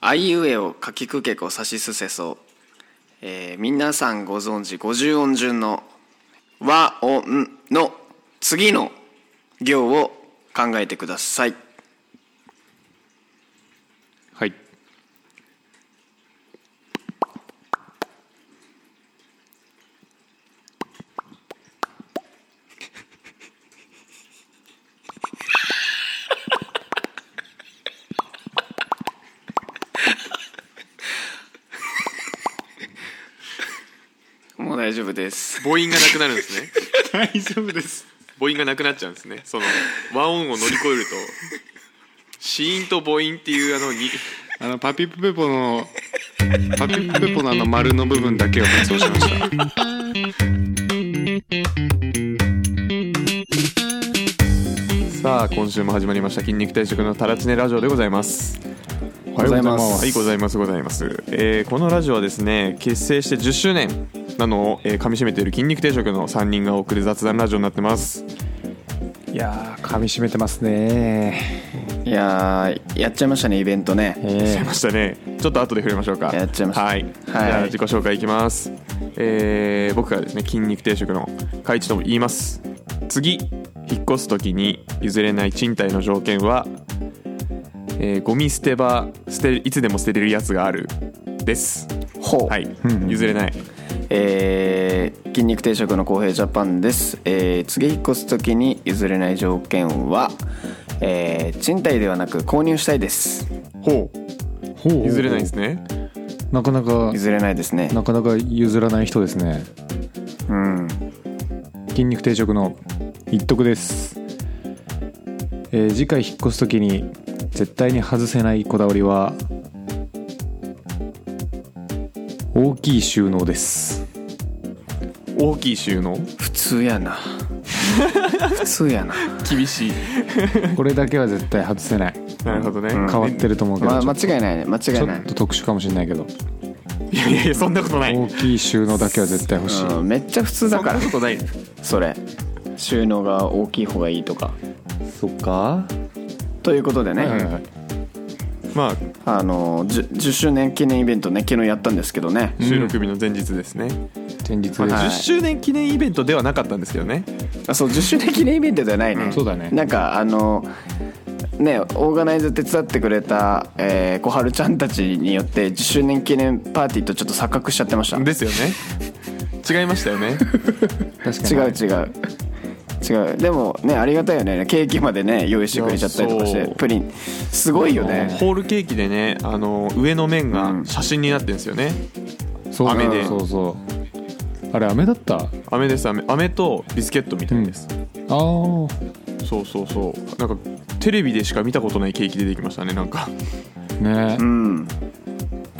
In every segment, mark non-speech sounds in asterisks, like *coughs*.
あいうえおかきくけこさしすせそ、えー皆さんご存知50音順の和音の次の行を考えてくださいはいもう大丈夫です母音がなくなるんですね大丈夫です母音がなくなっちゃうんですねその和音を乗り越えると子音と母音っていうあのにあのパピプペポのパピプペポのあの丸の部分だけを発音しましたさあ今週も始まりました筋肉定食のタラチネラジオでございますおはようございますはいございますございます、えーこのラジオはですね結成して10周年なのを、えー噛み締めている筋肉定食の3人がお送る雑談ラジオになってますいやー噛み締めてますね、いやーやっちゃいましたねイベントねしちゃえいましたねちょっと後で触れましょうかやっちゃいましたはい、じゃあ自己紹介いきますえー僕からですね筋肉定食の海地とも言います次引っ越す時に譲れない賃貸の条件は、えーゴミ捨て場捨ていつでも捨てれるやつがあるですほうはいんうん譲れないえー筋肉定食の公平ジャパンです、えー、次引っ越す時に譲れない条件は、えー賃貸ではなく購入したいですほほうう譲れないですねなかなか譲れないですねなかなか譲らない人ですねうん筋肉定食の一徳です、えー次回引っ越す時に絶対に外せないこだわりは大きい収納です大きい収納普通や *laughs* な普通やな厳しいこれだけは絶対外せないなるほどね、うん変わってると思うけど、まあ、間ち違いないね間違ょいないっと特殊かもしれないけどいやいやいやそんなことない大きい収納だけは絶対欲しいうん、めっちゃ普通だそんか *laughs* ならことないそれ収納が大きい方がいいとかそっかということでね、はいはいはいまああの 10, 10周年記念イベントね昨日やったんですけどね、収録日の前日ですね、前日です、まあはい10周年記念イベントではなかったんですけどねあそう10周年記念イベントではないね、そうだねなんかあのねオーガナイズ手伝ってくれた、えー小春ちゃんたちによって10周年記念パーティーとちょっと錯覚しちゃってましたですよね違いましたよ *laughs* ね確か違にう違う違うでもねありがたいよねケーキまでね用意してくれちゃったりとかしいやてそうプリンすごいよねホールケーキでねあの上の面が写真になってるんですよね、そう雨でそうそうあれ雨だったあ飴です飴飴とビスケットみたいです、あそうそうそうなんかテレビでしか見たことないケーキ出てきましたねなんかねうん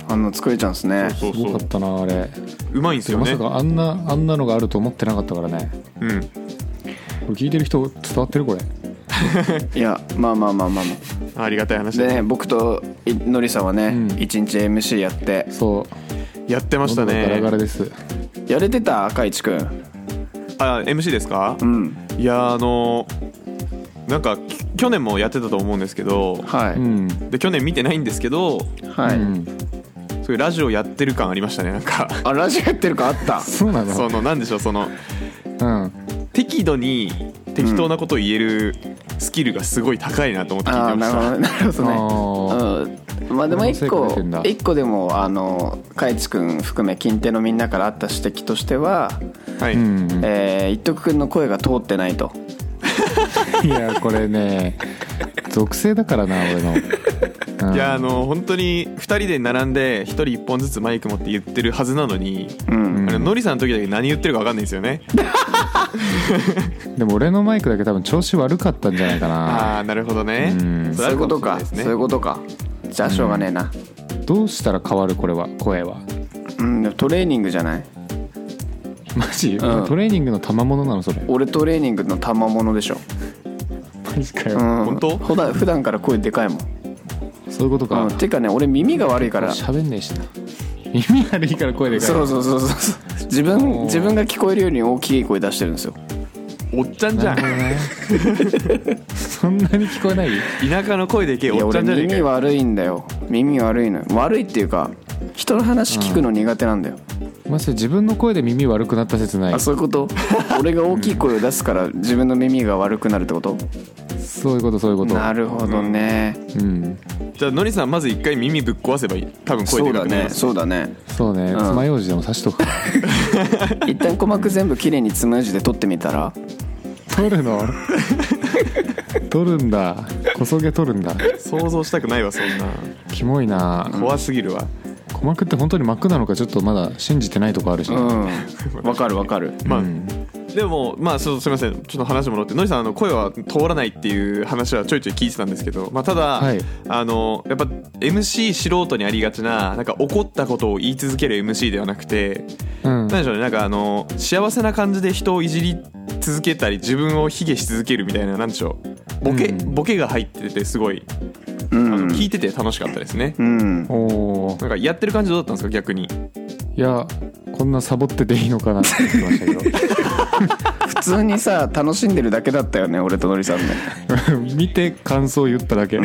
あの作れちゃうんですねそうすそごうかったなあれうまいんですよまねさかあんなあんなのがあると思ってなかったからねうんこれ聞いてる人伝わってるこれいやまあまあまあまあまありがたいあ話でだね僕といのりさんはね、うん一日 MC やってそうやってました喉がガラガラねですやれてた赤市くんあ MC ですか、うんいやあのなんかき去年もやってたと思うんですけどはい、うんで去年見てないんですけどはい、うんそういうラジオやってる感ありましたねなんかあラジオやってるかあったそうなのそのなんでしょうそのうん適度に適当なことを言えるスキルがすごい高いなと思って聞いあてーまなしるほた、どね *laughs* なるほどねあうんまあでも一俺の成果出個てんだ一個でもあのかいちくん含め近手のみんなからあった指摘としては、はい、ーうんえー一徳くんの声が通ってないといやこれね属性だからな俺のうんいやあの本当に2人で並んで1人1本ずつマイク持って言ってるはずなのに、うんあののりさんの時だけ何言ってるか分かんないんですよねでも俺のマイクだけ多分調子悪かったんじゃないかなああーなるほどねうんそそうれいあうることもしれかないですそうねいうことかじゃあしょうがねえなどうしたら変わるこれは声はうん、でもトレーニングじゃないマうジ、んトレーニングの賜物なのそれ俺トレーニングの賜物でしょ、マジかうん、本当ほだ普段から声でかいもんそういうことか、うん、ていうかね俺耳が悪いから喋んねえしな耳悪いから声でかいそうそうそうそうそう自分自分が聞こえるように大きい声出してるんですよおっちゃんじゃんなるほどねそんなに聞こえない田舎の声でけえいやおっちゃ俺んじゃねえか耳よ悪いんだよ耳悪いのよ悪いっていうか人の話聞くの苦手なんだよ、まして自分の声で耳悪くなった説ないあそういうこと俺が大きい声を出すから自分の耳が悪くなるってことそういうことそういうことなるほどね、うんじゃあのりさんまず一回耳ぶっ壊せばいい多分声そでうかだくなりねますそうだねそうね、ん爪楊枝でも刺しとく一旦鼓膜全部きれいにつむじで取ってみたら *laughs* 取る *laughs* の取るんだこそげ取るんだ想像したくないわそんなキモいな怖すぎるわ、鼓膜って本当に膜なのかちょっとまだ信じてないとこあるし、ううん *laughs* んわかるわかるまあ、でもまあそうすみませんちょっと話戻ってのりさんあの声は通らないっていう話はちょいちょい聞いてたんですけど、まあ、ただ、はいあのやっぱ MC 素人にありがちななんか怒ったことを言い続ける MC ではなくて何でしょうねなんかあの幸せな感じで人をいじり続けたり自分を卑下し続けるみたいななんでしょうボケ、うんボケが入っててすごい、うあのん聞いてて楽しかったですね、うんおーなんかやってる感じどうだったんですか逆にいやこんなサボってていいのかなって言ってました普通にさ楽しんでるだけだったよね俺とのりさんねけど *laughs* 見て感想言っただけ、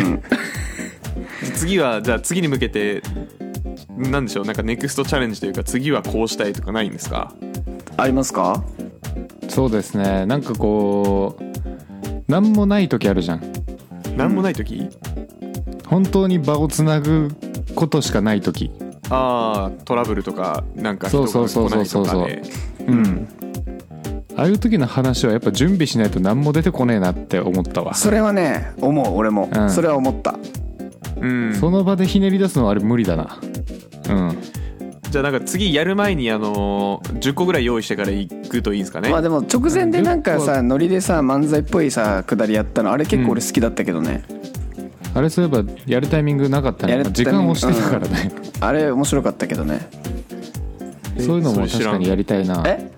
次はじゃあ次に向けてなんでしょうなんかネクストチャレンジというか次はこうしたいとかないんですかありますかそうですねなんかこう何もない時あるじゃんなんもない時、本当に場をつなぐことしかない時ああトラブルとかなんか人そがうそうそ来なうそういそとうかでうんああいう時の話はやっぱ準備しないと何も出てこねえなって思ったわそれはね思う俺も、うんそれは思ったうんその場でひねり出すのはあれ無理だなうんじゃあなんか次やる前にあのー10個ぐらい用意してから行くといいんですかね、まあでも直前でなんかうさノリでさ漫才っぽいさくだりやったのあれ結構俺好きだったけどね、あれそういえばやるタイミングなかったやねるタイミン時グ間押してたからね、あれ面白かったけどね *laughs* そういうのそもれ知確らんかにやりたいなえ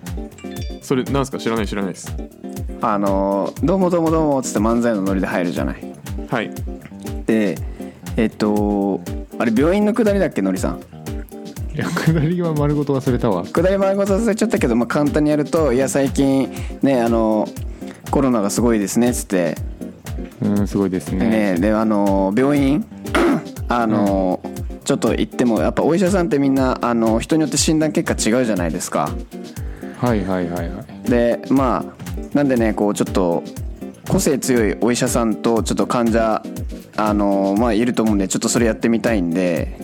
それなんですか知らない知らないですあのー「どうもどうもどうも」っつって漫才のノリで入るじゃないはいでえっとあれ病院のくだりだっけのりさんいやくだりは丸ごと忘れたわくだり丸ごと忘れちゃったけど、まあ、簡単にやると「いや最近ねあのコロナがすごいですね」っつってうんすごいですねねであの病院 *clears throat* あの、ちょっと行ってもやっぱお医者さんってみんなあの人によって診断結果違うじゃないですかはいはいはいはいでまあなんでねこうちょっと個性強いお医者さんとちょっと患者あのまあいると思うんでちょっとそれやってみたいんで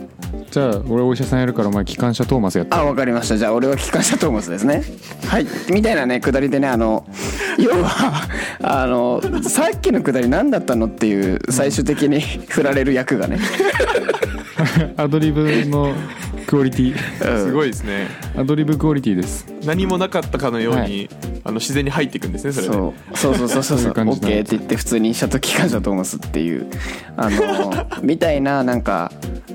じゃあ俺お医者さんやるからお前機関車トーマスやってあわかりましたじゃあ俺は機関車トーマスですね *laughs* はいみたいなね下りでねあの要はあのさっきの下り何だったのっていう最終的に *laughs* 振られる役がねアドリブのクオリティすごいですねアドリブクオリティです何もなかったかのように、はいあの自然に入っていくんですねそれでそうそうそうそうそうそうそいうう感オじッなんだケーって言って普通に医者と機関車トーマスっていうあのみたいななんか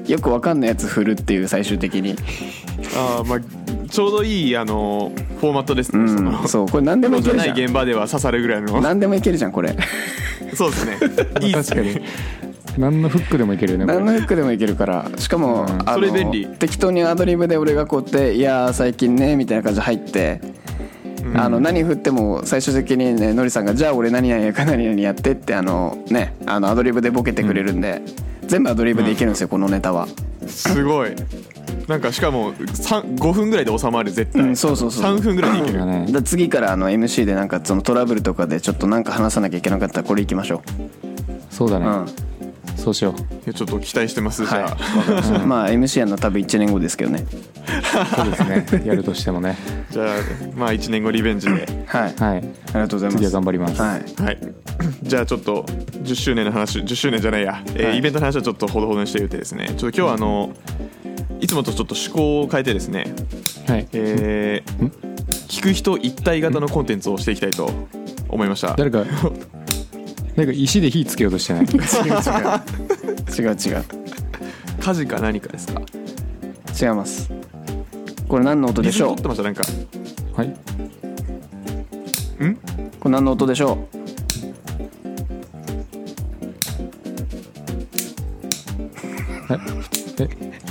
よくわかんないやつ振るっていう最終的にあー、まあ、ちょうどいいあのーフォーマットですね、そのうんそうこれ何でもいけじゃるな *laughs* じいゃん現場では刺さるぐらいの何でもいけるじゃんこれそうです *laughs* ねいいです確かねに何のフックでもいけるよねこれ何のフックでもいけるからしかも、あのそれ便利適当にアドリブで俺がこうやって「いやー最近ね」みたいな感じで入って、あの何振っても最終的にねのりさんが「じゃあ俺何々やか何々やって」ってあのねあのアドリブでボケてくれるんで、全部アドリブでいけるんですよ、このネタはすごいなんかしかも3 5分ぐらいで収まる絶対、うんそうそうそう3分ぐらいでいけそうだだるかねら次からあの MC でなんかそのトラブルとかでちょっとなんか話さなきゃいけなかったらこれいきましょそうだう、ね、うんはいそうしよいやちょっと期待してますじゃあ、わかりましたまあ MC やるの多分1年後ですけどねうそうですねやるとしてもねじゃあまあ1年後リベンジではいあはいりがとうございます次は頑張りますはいはいじゃあちょっと10周年の話10周年じゃないや、えーはいイベントの話はちょっとほどほどにしておいてですねちょっと今日はあのいつもとちょっと趣向を変えてですね、はいえー聞く人一体型のコンテンツをしていきたいと思いました *laughs* 誰か誰か石で火つけようとしてない *laughs* 違う違う火事か何かですか違いますこれ何の音でし水ょ取うってましたなんかはいこれ何の音でしょう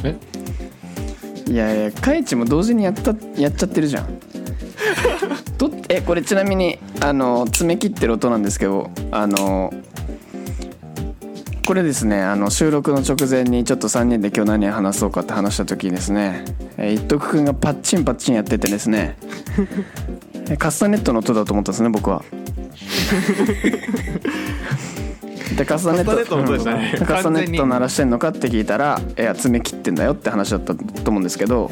ええいやいやカイチも同時にやったやっちゃってるじゃんとえこれちなみにあの爪切ってる音なんですけどあのこれですねあの収録の直前にちょっと3人で今日何話そうかって話した時にですね、えー、一徳くんがパッチンパッチンやっててです *laughs* ねえーカスタネットの音だと思ったんですね僕はでカスタネットカスタネットの音でしたねうんカスタネット鳴らしてんのかって聞いたら「いや爪切ってんだよ」って話だったと思うんですけど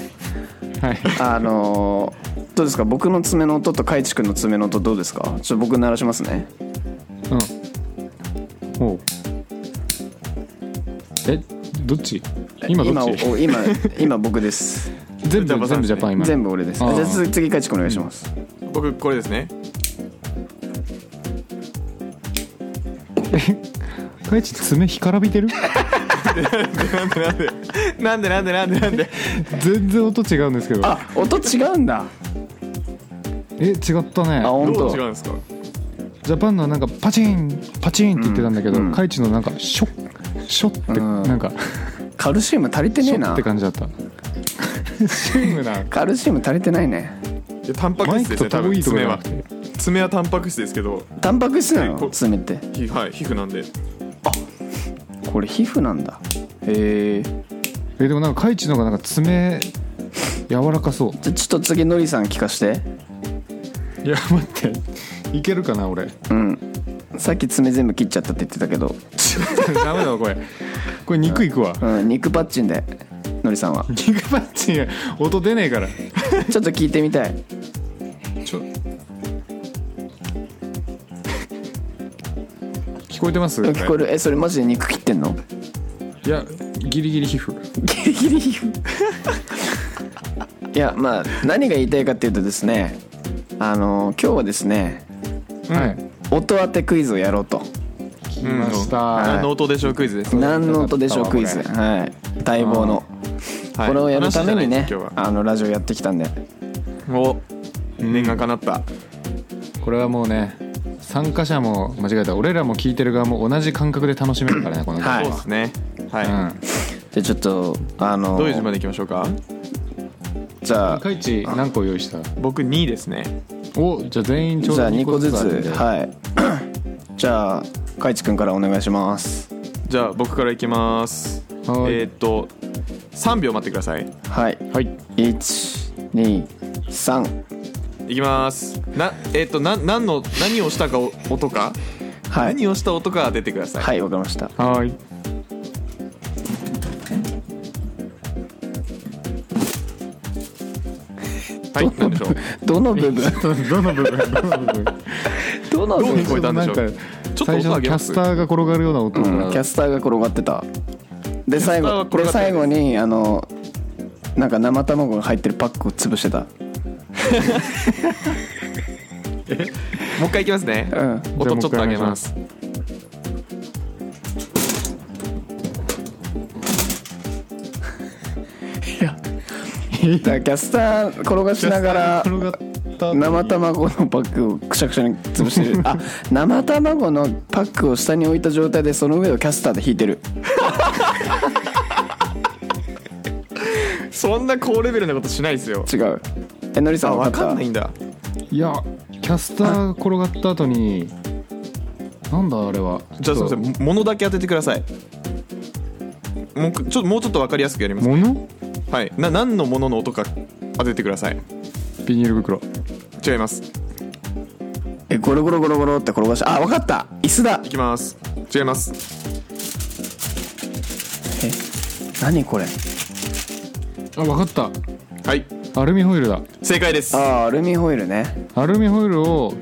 はいあのーどうですか僕の爪の音と海地君の爪の音どうですかちょっと僕鳴らしますねうんおうえどっち今どっち今お *laughs* 今今僕です全部ジャパン全部ジャパン今の全部俺ですじあゃーあ次次海地君お願いします、僕これですねかいち爪干からび *laughs* てるなんでなんでなんでなんで全然音違うんですけどあ音違うんだえ違ったねあ本ど当う違うんですかジャパンのなんかパチンパチンって言ってたんだけど、うんカイチのなんかショッショってうんなんか、カルシウム足りてねシえョッなって感じ *laughs* だったシームなカルシウム足りてないねいやタンパマクイ質ですねクと多遠分いとこ爪じゃなはくて爪はタンパク質ですけどタンパク質なはいこの爪ってひはい皮膚なんでこれ皮膚なんだへええでもなんかカイチの方がなんか爪柔らかそうじゃあちょっと次のりさん聞かしていや待っていけるかな俺 *laughs* うんさっき爪全部切っちゃったって言ってたけど、ダメだわこれこれ肉いくわうん、肉パッチンでのりさ *laughs* んは肉パッチン音出ねえからちょっと聞いてみたいちょ聞こえてます聞こえるえそれマジで肉切ってんのいやギリギリ皮膚ギリギリ言う *laughs* いやまあ何が言いたいかっていうとですねあの今日はですねはい音当てクイズをやろうと来ましたはい何の音でしょうクイズです何の音でしょうよクかっイたズわはい待望のはいこれをやるためにね話じゃないです今あのラジオやってきたんで日はお念願かなったこれはもうね参加者も間違えた俺らも聞いてる側も同じ感覚で楽しめるからねこの曲はいそうですねうはんじゃあちょっとあいのどういう順番でいきましょうかじゃあカイチ何個用意した僕2位ですねおじゃあ全員ちょうじどゃあ2 2個個ずずつつはい *coughs* じゃあかいちくんからお願いしますじゃあ僕からいきますえはいーっと3秒待ってくださいはいいはい123いきますなえーっとな何の何をしたかお音かはい何をした音か当ててくださいはいわかりましたはいはい何でしょうどの部分どの部分どの部分どの部どう分聞こえたんでしょう *laughs* なちょんかっと最初音上のげキまャすスターが転がるような音が、うんキャスターが転がってたで最ターは後転でがってた最後にあのなんか生卵が入ってるパックを潰してたもう一回いきますねうん音ちょっと上げますだからキャスター転がしながら転がった生卵のパックをくしゃくしゃに潰してるあ生卵のパックを下に置いた状態でその上をキャスターで引いてるそんな高レベルなことしないですよ違うえのりさあん分分かかっんないんだいやキャスターが転がった後になんだあれはじゃあすいませんも物だけ当ててくださいもうちょっともうちょっと分かりやすくやりますものはいな何のものの音か当ててくださいビニール袋違いますたえゴロゴロゴロゴロって転がしあ分かった椅子だいきます違いますえ何これあわかったはいアルミホイルだ正解ですああアルミホイルねアルミホイルを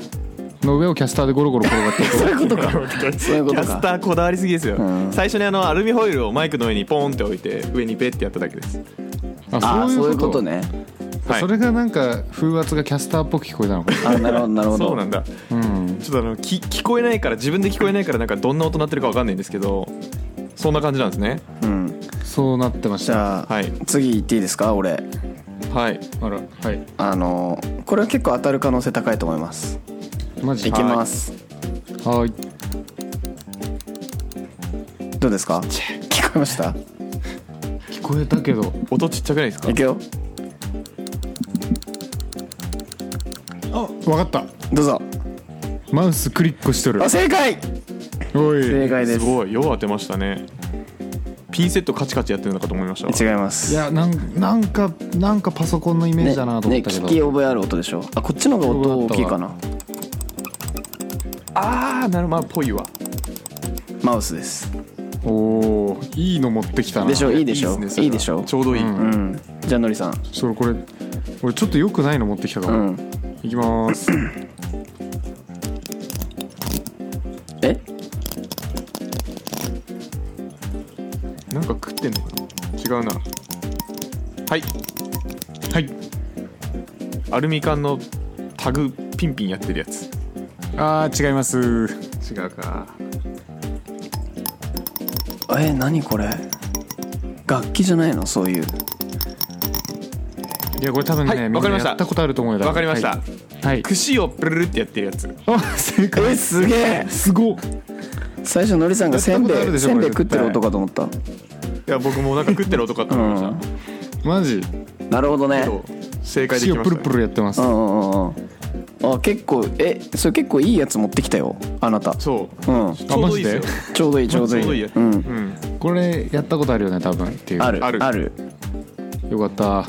の上をキャスターでゴロゴロ転がってい *laughs* くそういうことかそういうこキとャスかターこだわりすぎですよ、うん最初にあのアルミホイルをマイクの上にポンって置いて上にペッてやっただけですああそういうことねはいそれがなんか風圧がキャスターっぽく聞こえたのかあなるほどなるほどそうなんだちなうんょっとあのき聞こえないから自分で聞こえないからなんかどんな音鳴ってるかわかんないんですけどそんな感じなんですねうんそうなってましじたあゃあ、はい次行っていいですか俺はいらはいあのこれは結構当たる可能性高いと思いますマジいきますはいどうですか聞こえました聞こえたけど音ちっちゃくないですかいくよあわかったどうぞマウスクリックしとるあ正解おい正解ですすごいよう当てましたねピンセットカチカチやってるのかと思いました違いますいやなんなんかなんかパソコンのイメージだなと思ねったけど、聞き覚えある音でしょあこっちの方が音大きいかなああなるまあぽいわマウスですおおいいの持ってきたなでしょいいでしっょすねそれいはいでしょちょうどいい、うんうんじゃあのりさんそうこれ俺ちょっと良くないの持ってきたかうら、んいきまーすえなんか食ってんのかな違うなはいはいアルミ缶のタグピンピンやってるやつあー違います違うかえ何これ楽器じゃないのそういういやこれ多分ね、はいみわんかなりましたやったことあると思うよわかりました、はい、串をプルルってやってるやつあ正解えすげえすごっ最初のりさんがせんべやったことあるいでしょせんべい食っこれて絶対る音かと思ったいや僕もなんか食ってる音かと思いました、うんマジなるほどねけど正解でき塩まプしルた、プルやってます、うんうんうんうんあ結構えそれ結構いいやつ持ってきたよあなたそううんちょうどいいですよマジちょうどいいちょうどいいちょうどいいやうんうんこれやったことあるよね多分っていうあるあるあるよかった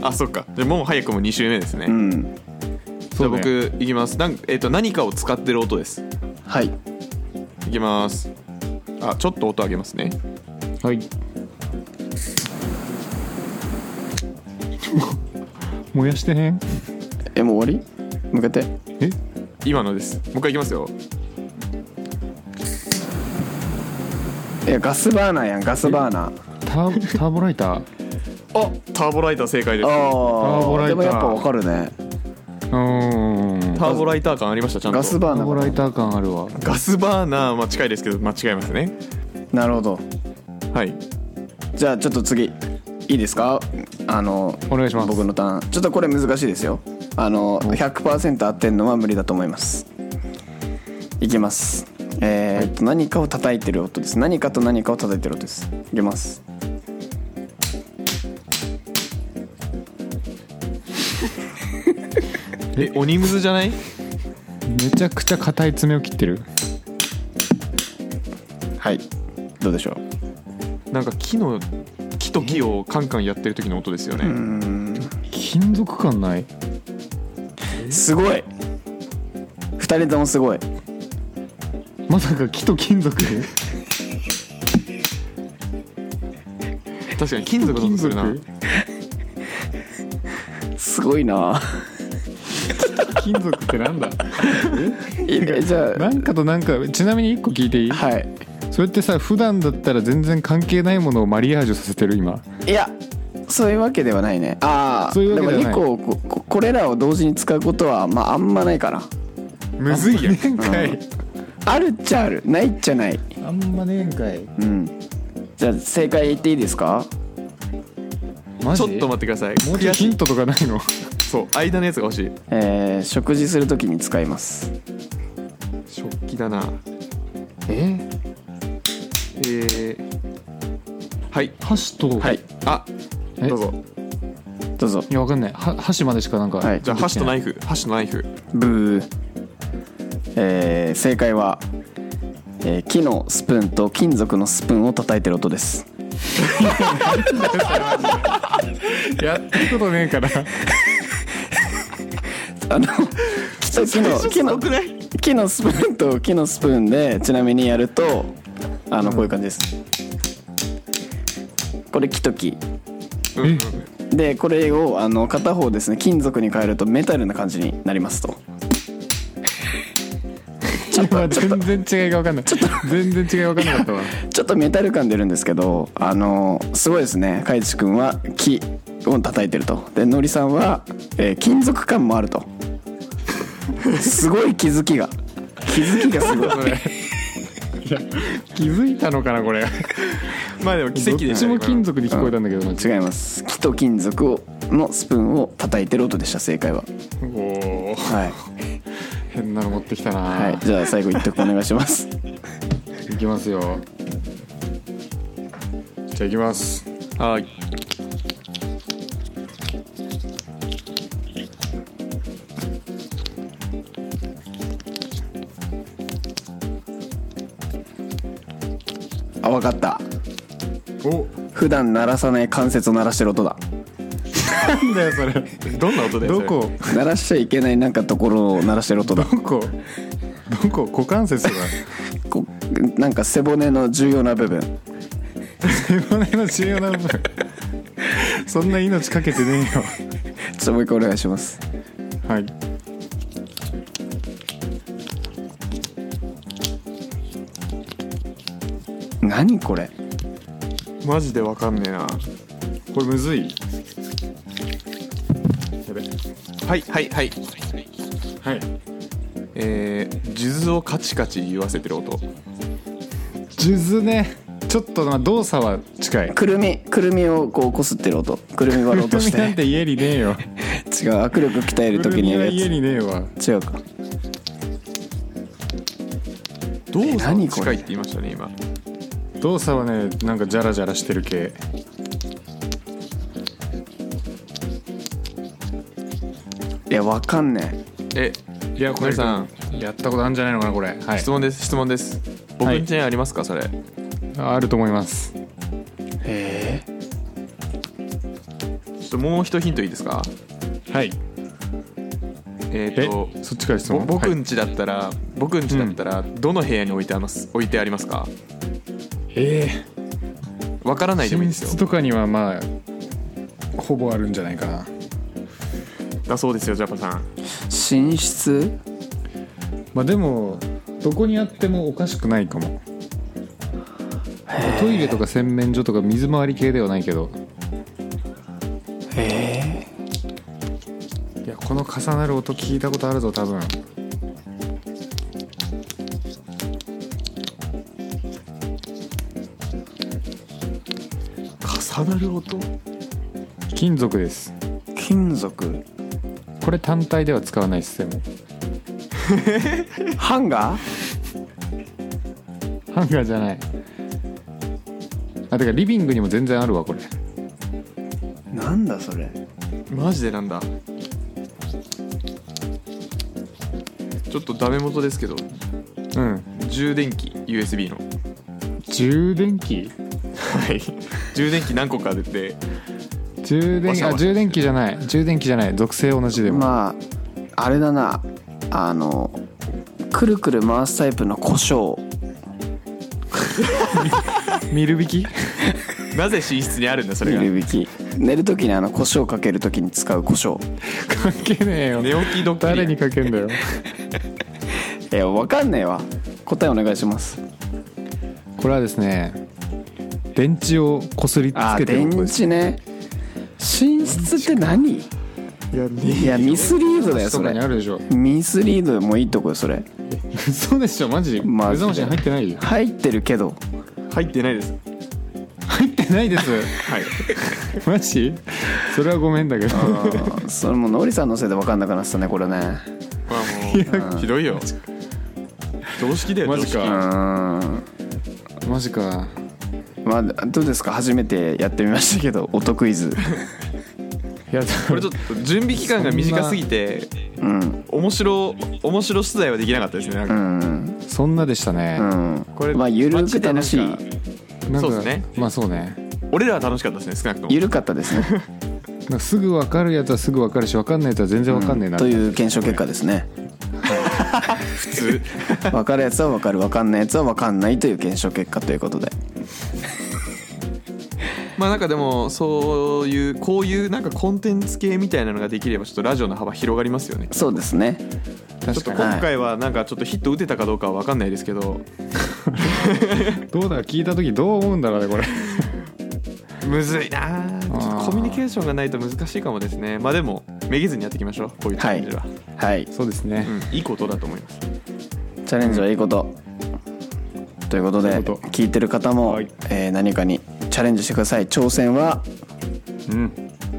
あそっかじゃあもう早くも2周目ですね、うんじゃあそうね僕いきますなん、えっと何かを使ってる音ですはいいきますあちょっと音上げますねはい *laughs* 燃やしてへんえもう終わり向けてえ今のですもう一回いきますよいやガスバーナーやんガスバーナーターターボライ *laughs* ターあターボライター正解ですあーボあラでイターもやっぱわかるねうーんターボライター感ありましたちゃんとガスバターナーボライーター感あるわガスバーナーまあ近いですけど間違えますねなるほどはいじゃあちょっと次いいですかあのお願いします僕のターンちょっとこれ難しいですよあの100%当てんのは無理だと思いますいきますえーっと何かを叩いてる音です何かと何かを叩いてる音ですいきますえ鬼ムズじゃないめちゃくちゃ硬い爪を切ってるはいどうでしょなんか木の木と木をカンカンやってる時の音ですよね、金属感ないうすごい2人ともすごいまさか木と金属確かに金属の音するな金すごいな金属ってなんだえじゃなんかとなんかちなみに一個聞いていいあはいそれってさ普段だったら全然関係ないものをマリアージュさせてる今いやそういうわけではないねああそういうわけではないでも2個こここれらを同時に使うことはまああんまないかなむずいやん年会あるっちゃあるないっちゃないあんま年会うんじゃあ正解言っていいですかマちジょっと待ってくださいもうち悔ょいヒしいントとかないのそう間のやつが欲しいえー、食事するときに使います食器だなええー、はい箸と、、はいいあえどうぞどうぞやわかんないは箸までしかなんか、はいじゃあ箸とナいイフ箸とナイフブーえー、正解は、えー木のスプーンと金属のスプーンを叩いてる音ですやってることねえからあの木と木の木の木のスプーンと木のスプーンでちなみにやるとあのこういう感じです、これ木と木うんうんでこれをあの片方ですね金属に変えるとメタルな感じになりますと今全然違いがわかんない全然違いがわかんなかったわちょっとメタル感出るんですけどあのすごいですねかいちくんは木を叩いてるとでのりさんは、えー金属感もあるとすごい気づきが気づきがすごい気づいたのかなこれまあでも奇跡どでっしたちねも金属に聞こえたんだけど、マジ違います木と金属をのスプーンを叩いてる音でした正解はおーはい、変なの持ってきたな、はい、じゃあ最後一徳お願いします *laughs* いきますよじゃあいきますはいあ分かったお普段鳴らさない関節を鳴らしてる音だなんだよそれどんな音だよそどれこ鳴らしちゃいけないなんかところを鳴らしてる *laughs* 音だどこどこ股関節がこなんか背骨の重要な部分背骨の重要な部分そんな命かけてねちょっともう一回お願いしますえよはい何これマジでわかんねえなこれむずいはいはいはいはいえー、数珠をカチカチ言わせてる音数珠ねちょっとまあ動作は近いくるみくるみをこうこすってる音くるみ割ろうとしくるみなんてて家にねえよ違う握力鍛えるく時にるみやはる家やにねえわつ違うかどう何これ近いって言いましたね今動作はねなんかジャラジャラしてる系いやわかんねえいやこれささんんやったことあるんじゃないのかなこれはい質問です質問です僕はいんちにありますかそれあると思いますええちょっともう一ヒントいいですかはいえっ、えとそっちから質ぼ問僕はいんちだったら、僕んちだったらどの部屋に置いてあります置いてありますかえわからなえいでもいい寝です室よとかにはまあほぼあるんじゃないかなだそうですよジャパさん寝室まあでもどこにあってもおかしくないかもトイレとか洗面所とか水回り系ではないけどええいやこの重なる音聞いたことあるぞ多分重なる音金属です金属これ単体では使わないですでもハンガーハンガーじゃないあてかリビングにも全然あるわこれなんだそれマジでなんだちょっとダメ元ですけどうん充電器 USB の充電器はい充電器何個か出 *laughs* て充電わ器さわあさ充電器じゃない充電器じゃない属性同じでも、まああれだなあのくるくる回すタイプの胡椒ミル引き *laughs* なぜ寝室にあるんだそれが入れ引き寝る時にあの胡椒かける時に使う胡椒関係ねえよ寝起きドッキリ誰にかけんだよいやわかんねえわ答えお願いしますこれはですね電池をこすりつあけて電る池ね寝室って何いやミスリードだよそそれれにあるでしょミスリードでもいいとこよそれ嘘でしょマジマ目ジで覚ましに入ってないよ入ってるけど入ってないです入ってないで *laughs* すはいマジそれはごめんだけどうんそれもうノリさんのせいで分かんなくなってたねこれねまあもうひどいよ常識だよマ常ジ識うかんマジかまあどうですか初めてやってみましたけど音クイズいやこれちょっと準備期間が短すぎてうん面白面白出題はできなかったですねなんうかんそんなでしたねう、んこれまあゆるく楽しいマジでなんかなんそかうですねまあそうね俺らは楽しかったですね少なくともゆるかったですねなんかすぐ分かるやつはすぐ分かるし分かんないやつは全然分かんねえな、という検証結果ですね普 *laughs* 通分かるやつは分かる分かんないやつは分かんないという検証結果ということでまあなんかでもそういうこういうなんかコンテンツ系みたいなのができればちょっとラジオの幅広がりますよねそうですねちょっ確とかに今回はなんかちょっとヒット打てたかどうかは分かんないですけどどうだ聞いた時どう思うんだろうね *laughs* これむずいなあちょっとあーコミュニケーションがないと難しいかもですねまあでもめげずにやっていきましょうこういうチャレンジは、はいそうですね、うん、いいことだと思いますチャレンジはいいこと、ということでということ聞いてる方も、はいえー何かにチャレンジしてください挑戦はうん、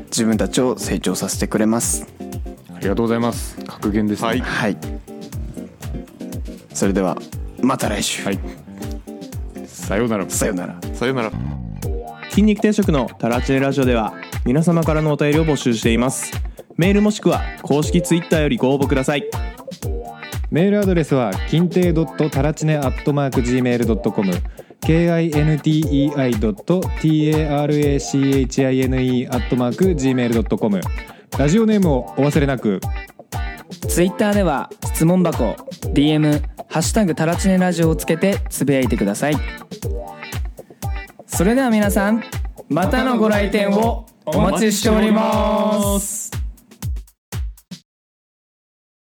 自分たちを成長させてくれますありがとうございます格言ですねはいはいそれではまた来週、はい、さようならさようならさようなら筋肉定食のタラチネラジオでは皆様からのお便りを募集していますメールもしくは公式ツイッターよりご応募くださいメールアドレスは金亭ドットタラチネアットマーク gmail ドットコム。 kintei.tarachine.gmail.com ラジオネームをお忘れなくツイッターでは質問箱 DM「ハッシュタグタラチネラジオ」をつけてつぶやいてくださいそれでは皆さんまたのご来店をお待ちしております